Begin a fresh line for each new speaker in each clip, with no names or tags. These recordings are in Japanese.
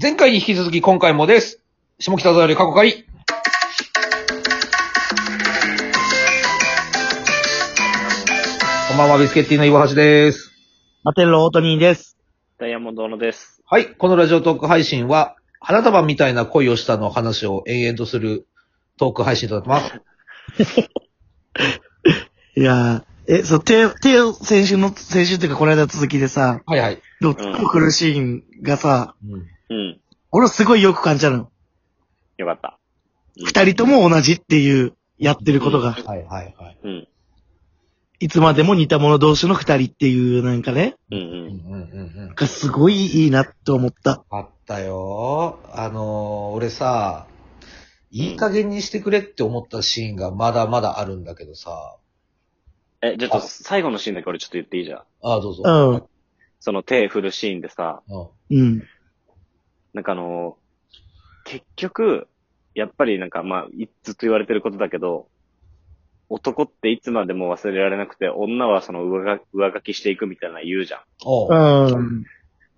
前回に引き続き今回もです。下北沢より過去回。こんばんは、ビスケッティの岩橋です。
マテロ・オートニーです。
ダイヤモンドのです。
はい、このラジオトーク配信は、花束みたいな恋をしたの話を延々とするトーク配信となってます。
いやー、え、そう、て、て、先週の、先週っていうかこの間の続きでさ、
はいはい。
どっちも来るシーンがさ、
うん、
うん。
俺すごいよく感じたのよ。
よかった。
二人とも同じっていう、やってることが、
はいはいはい。
うん。
いつまでも似た者同士の二人っていうなんかね、
うんう
うん
ん。
うんうんうん。
がすごいいいなって思った。
あったよー。あのー、俺さ、いい加減にしてくれって思ったシーンがまだまだあるんだけどさ。
え、ちょっと最後のシーンだけ俺ちょっと言っていいじゃん。
ああ、どうぞ。
うん。
その手振るシーンでさ、
うん。
うん。
なんかあのー結局、やっぱりなんかまあ、いずっと言われてることだけど、男っていつまでも忘れられなくて、女はその上書上書きしていくみたいなの言うじゃん。
おう。
うん。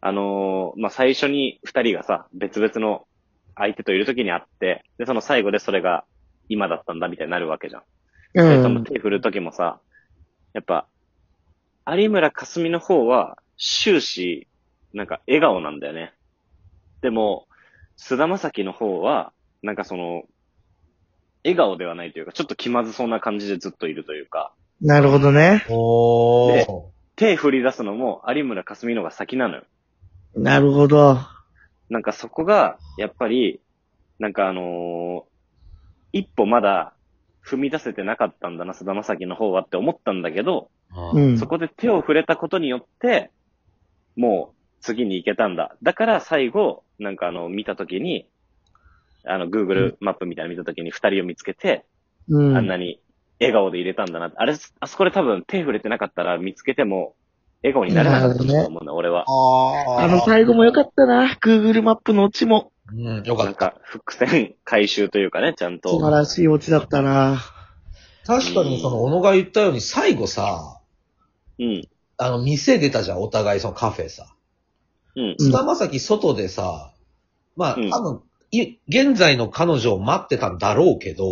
あのーまあ、最初に二人がさ、別々の相手といる時に会って、で、その最後でそれが今だったんだみたいになるわけじゃん。
う
で、その
ん。
手振るときもさ、やっぱ、有村架純の方は終始、なんか笑顔なんだよね。でも、菅田将暉の方は、なんかその、笑顔ではないというか、ちょっと気まずそうな感じでずっといるというか、
なるほどね。
お
で
ー。
手振り出すのも有村架純の方が先なのよ。
なるほど。
なんかそこが、やっぱり、なんかあのー一歩まだ踏み出せてなかったんだな、菅田将暉の方はって思ったんだけど、
う
うん
ん
そ。こで手を触れたことによって、もう次に行けたんだ。だから最後、なんかあの、見たときに、あの、Google マップみたいなの見たときに二人を見つけて、
う。
あんなんに笑顔で入れたんだな。あれ、あそこで多分手触れてなかったら見つけても、笑顔になれなかったと思うんだ、俺は。
あー。
あの最後もよかったな。Google マップのオチも。
うん、よか
なん
った。
か、伏線回収というかね、ちゃん
素
と。
晴らしいオチだったな。
確かにその、小野が言ったように、最後さ、
うん。
あの、店出たじゃん、お互い、そのカフェさ。
うん。
菅田将暉外でさ、まあ、
うん
多分、い現在の彼女を待ってたんだろうけど、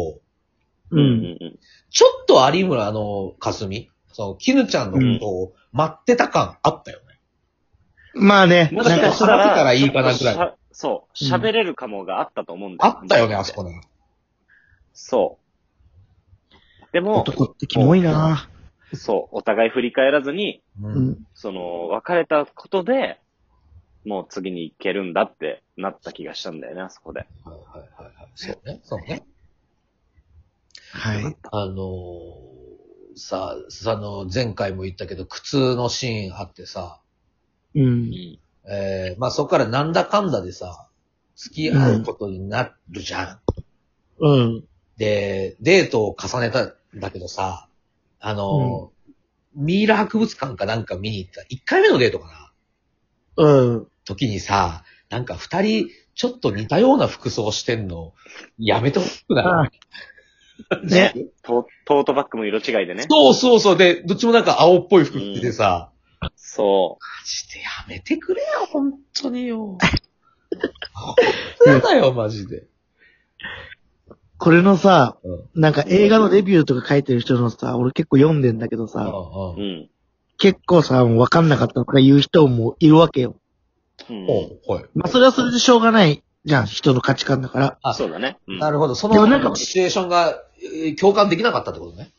う
う
んん。。
うん。
ちょっと有村の、かすみ、その、絹ちゃんのことを待ってた感あったよね。
まあね。
も
し
し
か
か
し
した
ら
たら、
ちょっとしゃ
そう、
うん
喋れるかもがあったと思うんだ
あ
よ。
ったよね、あそこね。
そう。でも、
男ってキモいな。
そう、お互い振り返らずに、
う。
うんん。
その、別れたことで、もう次に行けるんだってなった気がしたんだよね、あそこで。
はいはいはいはい。そうね、そうね。
はい。
あのーさ、あの、前回も言ったけど、靴のシーンあってさ、
うん。
ん。
えー、まあ、そこからなんだかんだでさ、付き合うことになるじゃん。
うん。
で、デートを重ねたんだけどさ、あのー、ミイラ博物館かなんか見に行った、1回目のデートかな
うん。
時にさ、なんか二人、ちょっと似たような服装してんの、やめてほしくない
あね。
トトートバッグも色違いでね。
そうそうそう。で、どっちもなんか青っぽい服着ててさ、
そ
マジでやめてくれよ、本当によ。本当やだよ、マジで。
これのさ、
うん。うん
なんか映画のレビューとか書いてる人のさ、俺結構読んでんだけどさ、
う。
う
う
ん。
ん。
結構さ、わかんなかったとか言う人もいるわけよ。
うん
おうはい。
まあそれはそれでしょうがないじゃん、人の価値観だから。
あ
そうだね。うん
なるほど。そ
でもなん
の
か
シチュエーションがえー共感できなかったってことね。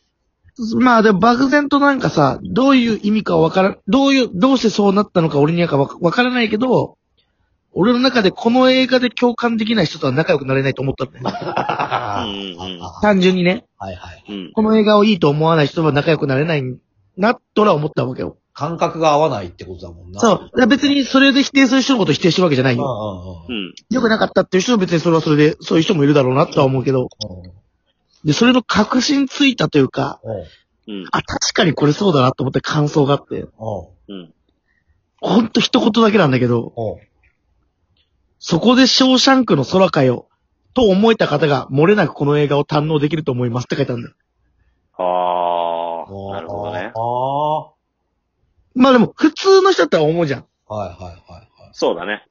まあでも漠然となんかさ、どういう意味かわから、どういう、どうしてそうなったのか俺にはかわわからないけど、俺の中でこの映画で共感できない人とは仲良くなれないと思ったんだよ。
は
うんうんうん
単純にね、
いはい。
うん。
この映画をいいと思わない人は仲良くなれないな、とは思ったわけよ。
感覚が合わないってことだもんな。
そう。だから別にそれで否定する人のことを否定してるわけじゃない
うんうん
よ。
う
うん。
ん。
良くなかったっていう人は別にそれはそれで、そういう人もいるだろうなとは思うけど。で、それの確信ついたというか、
うん。うん
うん。
あ、確かにこれそうだなと思って感想があって、
うん。
うん。
ほんと一言だけなんだけど、
うん。
そこでショーシャンクの空かよ、と思えた方が漏れなくこの映画を堪能できると思いますって書いてあるんだよ。
ああ、なるほどね。
ああ。は
まあでも、普通の人だったら思うじゃん。
いはいはいはい。
そうだね。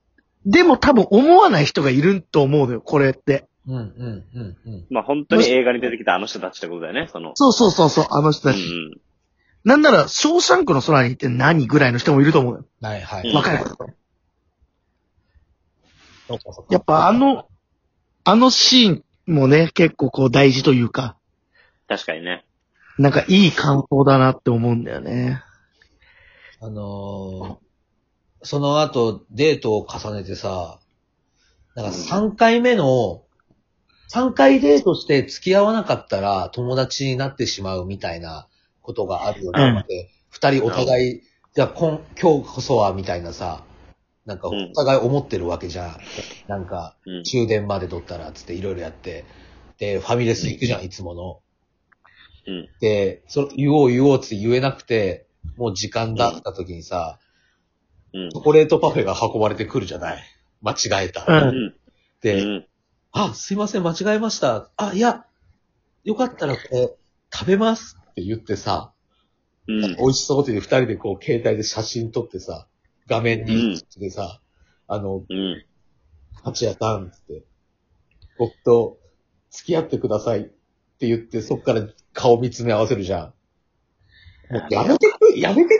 でも多分思わない人がいると思うのよ、これって。
うん、うん、うん、うん。
まあ本当に映画に出てきたあの人たちってことだよね、その。
そうそうそうそう、あの人
うん
た
う
ち。
ん。
なんなら、ショーシャンクの空にって何ぐらいの人もいると思うよ。
はい、は
う
い。
ん
若い子とか。
そっかそっか
やっぱあ、の、あのシーンもね、結構こう大事というか、
確かにね。
なんかいい感想だなって思うんだよね。
あのーその後、デートを重ねてさ、なんか3回目の、3回デートして付き合わなかったら友達になってしまうみたいなことがあるようになって、二、人お互い、じゃあ今今日こそはみたいなさ、なんか
うん
お互い思ってるわけじゃん。なんか、
うん。
終電まで取ったらつっていろいろやって、で、ファミレス行くじゃん、いつもの。
うん。
で、そ言おう言おうって言えなくて、もう時間だった時にさ、
うん
チョ。コレートパフェが運ばれてくるじゃない間違えた。
う。
うんん。う
で、
ん。
あ、すいません、間違えました。あ、いや、よかったらこれ、食べますって言ってさ、
うん。
美味しそうって言って二人でこう、携帯で写真撮ってさ、画面に映ってさ、あの、
うん。
八谷さんっつって、僕と付き合ってくださいって言って、そっから顔見つめ合わせるじゃん。もうやめてく、やめてくんね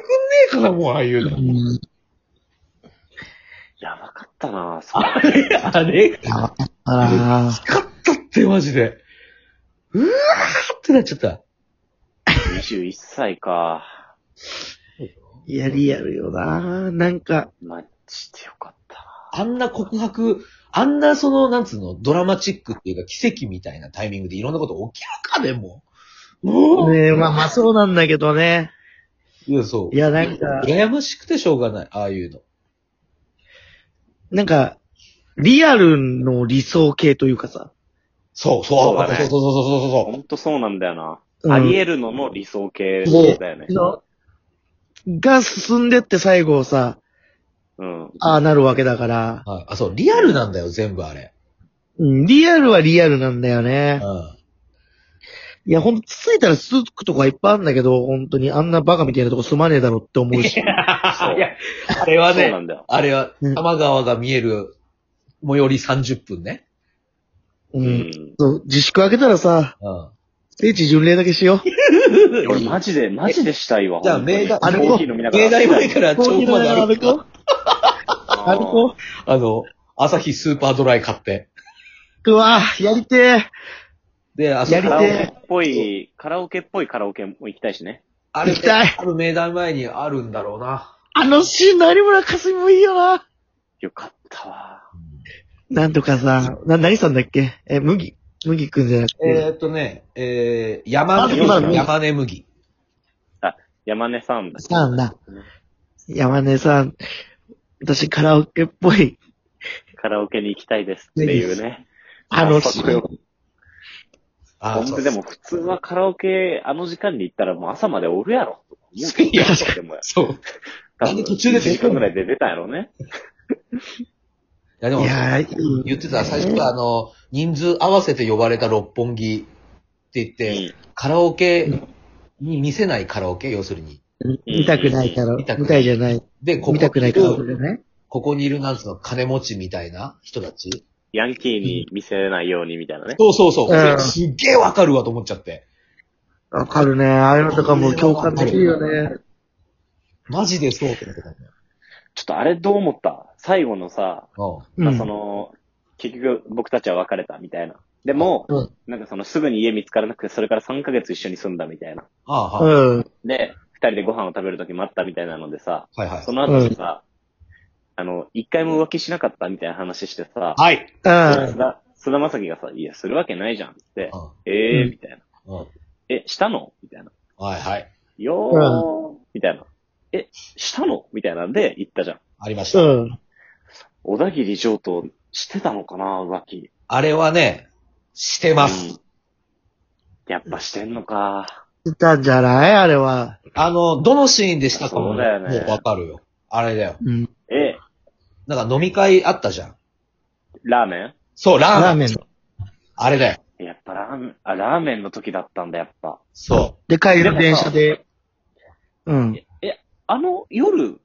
えかな、もうああいうの。
うん
やばかったなぁ、そ れ。
あれ
やばかったなぁ
勝ったって、マジで。うわーってなっちゃった。
21歳か。
いや、リアルよなぁなんか、
マジでよかったな
あんな告白、あんなその、なんつうの、ドラマチックっていうか奇跡みたいなタイミングでいろんなこと起きるかでも。もう
ねまあまあそうなんだけどね。
いや、そう
い。や、なんか、
羨ましくてしょうがない、ああいうの。
なんか、リアルの理想系というかさ。
そう、そう、
そうだね
そうそうそうそうそう
ほんとそうなんだよな。
うん
あり得るのの理想形だよね。
のが進んでって最後さ、
うん。
ああなるわけだから、
はい。あ、そう、リアルなんだよ、全部あれ。
うん、リアルはリアルなんだよ
うん
ね。。いや、ほんと、つついたらつつくとこはいっぱいあるんだけど、本当にあんなバカみたいなとこ住まねえだろって思うし。
そう
いや、あれは
そうな
ね、
んだよ。
あれは、
うん
多摩川が見える、最寄り30分ね。
う。
うんん。
そう自粛開けたらさ、
うん。
聖地巡礼だけしよ
俺マジで、マジでしたいわ。
じゃあ、
ほんとに
明大、
あれ
コーヒー飲みながら。
明大前から
う。
超まで歩く。
こう。歩こ
あの、朝日スーパードライ買って。
う。うわぁ、やりてぇ。
で、あそ
や
カ
り
ラオ
て
ケ
え
っぽい、カラオケっぽいカラオケも行きたいしね。
あれ
行きたい
多分明大前にあるんだろうな。
あのシーンの有村架純もいいよな。
よかったわ。
なんとかさ、な、何さんだっけえ、麦、麦くんじゃなくて。
えーっとね、えー、山根、
まずまず
山根麦。
山根さんだっけ
さんだ。山根さん、私カラオケっぽい、
カラオケに行きたいですっていうね。
あのシ
か
ー
っこよ
ン
かっ。
あ
ほ
ー
ん
そ
と
う
でも普通はカラオケあの時間に行ったらもう朝までおるやろ。
いや
でも
そう。いなんで途中で出てくるの
1時間ぐらいで出たんやろね。
や、でも
い、やー、いい
言ってた、最初はあの、人数合わせて呼ばれた六本木って言って、カラオケに見せないカラオケ、要するに。
見たくないから、
見
見
た
た
くない
いじゃない。
で、ここ
見たくないから、それね。
ここにいるなんつうの、金持ちみたいな人たち。
ヤンキーに見せれないようにみたいなね。
そうそうそう。
うん
すっげえわかるわと思っちゃって。
わかるね。ああいうのとかも共感できるよね。
マジでそうってなってたんだよ。
ちょっとあれどう思った最後のさ、
う
う
まあそ
ん。
の、結局僕たちは別れたみたいな。でも、
うん
なんかそのすぐに家見つからなくて、それから3ヶ月一緒に住んだみたいな。
ん。ああ、はい、
うん。
で、二人でご飯を食べるとき待ったみたいなのでさ、
はいはい
そ。の後にさ、あの、一回も浮気しなかったみたいな話してさ、
はい。
うん。
菅菅田将暉がさ、いや、するわけないじゃんって、
ん
ええ
うん
みたいな。
うん。うん。
え、したのみたいな。
はいはい。
よー、みたいな。え、したのみたいなんで言ったじゃん。
ありました。
うん。
小田切上等してたのかな浮気。
あれはね、してます。
うんやっぱしてんのか。
見たんじゃないあれは。
あの、どのシーンでしたかも
そうだよね
もうわかるよ。あれだよ。
うん。
え、
なんか飲み会あったじゃん。
ラーメ
そう、ラーメン。
ラーメンの。
あれだよ。
ンやっぱラーメン、あ、ラーメンの時だったんだ、やっぱ。
そ
で、帰りの電車で。うん。
え、あの夜、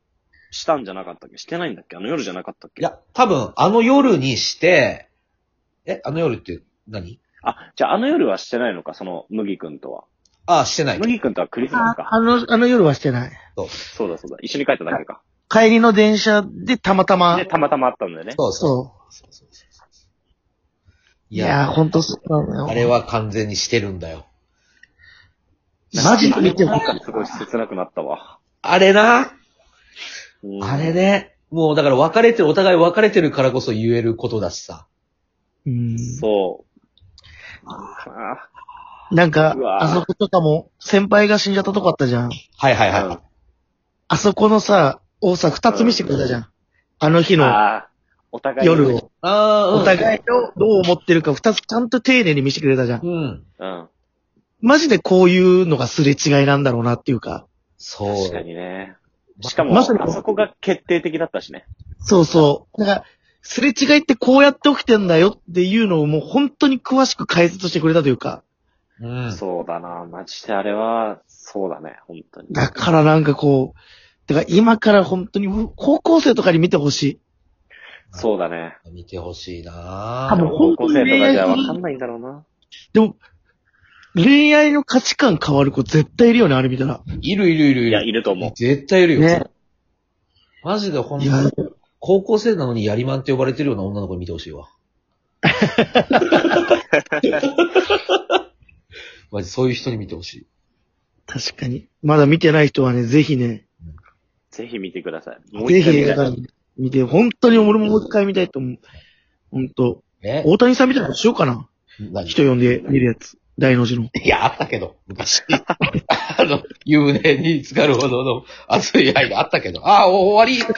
したんじゃなかったっけしてないんだっけあの夜じゃなかったっけ
いや、多分、あの夜にして、え、あの夜って何
あ、じゃああの夜はしてないのか、その、麦くんとは。
ああ、してない。
麦くんとはクリスマスか。
あの、あの夜はしてない。
そうだそうだ。一緒に帰っただけか。
帰りの電車でたまたま
で、、たまたまあったんだよね。
そうそう
そ
そうそうそう。
う。
い
いや
や
ー、ほんとそうなのよ。
あれは完全にしてるんだよ。
マジで見てる
なんかすごい切なくなったわ。
あれな、
うん
あれ。ね。もうだから別れてる、お互い別れてるからこそ言えることだしさ。
うん。
そう。あ
なんか
う、わー
あそことかも、先輩が死んじゃったとこあったじゃん。
はいはいはい。
うん
あそこのさ、多さ二つ見せてくれたじゃん。あの日
ー
の
あー。お互いに
夜を。
ああ、うん
お互いをどう思ってるか二つちゃんと丁寧に見せてくれたじゃん。
うん。
うん。
マジでこういうのがすれ違いなんだろうなっていうか。
そう。
確かにね。しかも、
まさに
あそこが決定的だったしね。
そうそう。だから、すれ違いってこうやって起きてんだよっていうのをもう本当に詳しく解説してくれたというか。
うん。
そうだな。マジであれは、そうだね。本当に。
だからなんかこう、だから今から本当に高校生とかに見てほしい。
そうだね。
見てほしいな
多分
高校生とかじゃわかんないんだろうな。
でも、恋愛の価値観変わる子絶対いるよね、あれ見たら。
いるいるいるいる。
いや、いると思う。
絶対いるよ。
ね。
マジでほん
いや
と、高校生なのにやりまんって呼ばれてるような女の子に見てほしいわ。マジそういう人に見てほしい。
確かに。まだ見てない人はね、ぜひね、
ぜひ見てください。もう
ぜ
一
ひ
回見
映
たい
画館で見て、本当に俺ももう一回見たいと思う。本当
え
大谷さんみたいなことしようかな。
何
人呼んで見るやつ。大の字の。
いや、あったけど、昔。 あの、湯船に浸かるほどの熱い愛があったけど。ああ、お終わり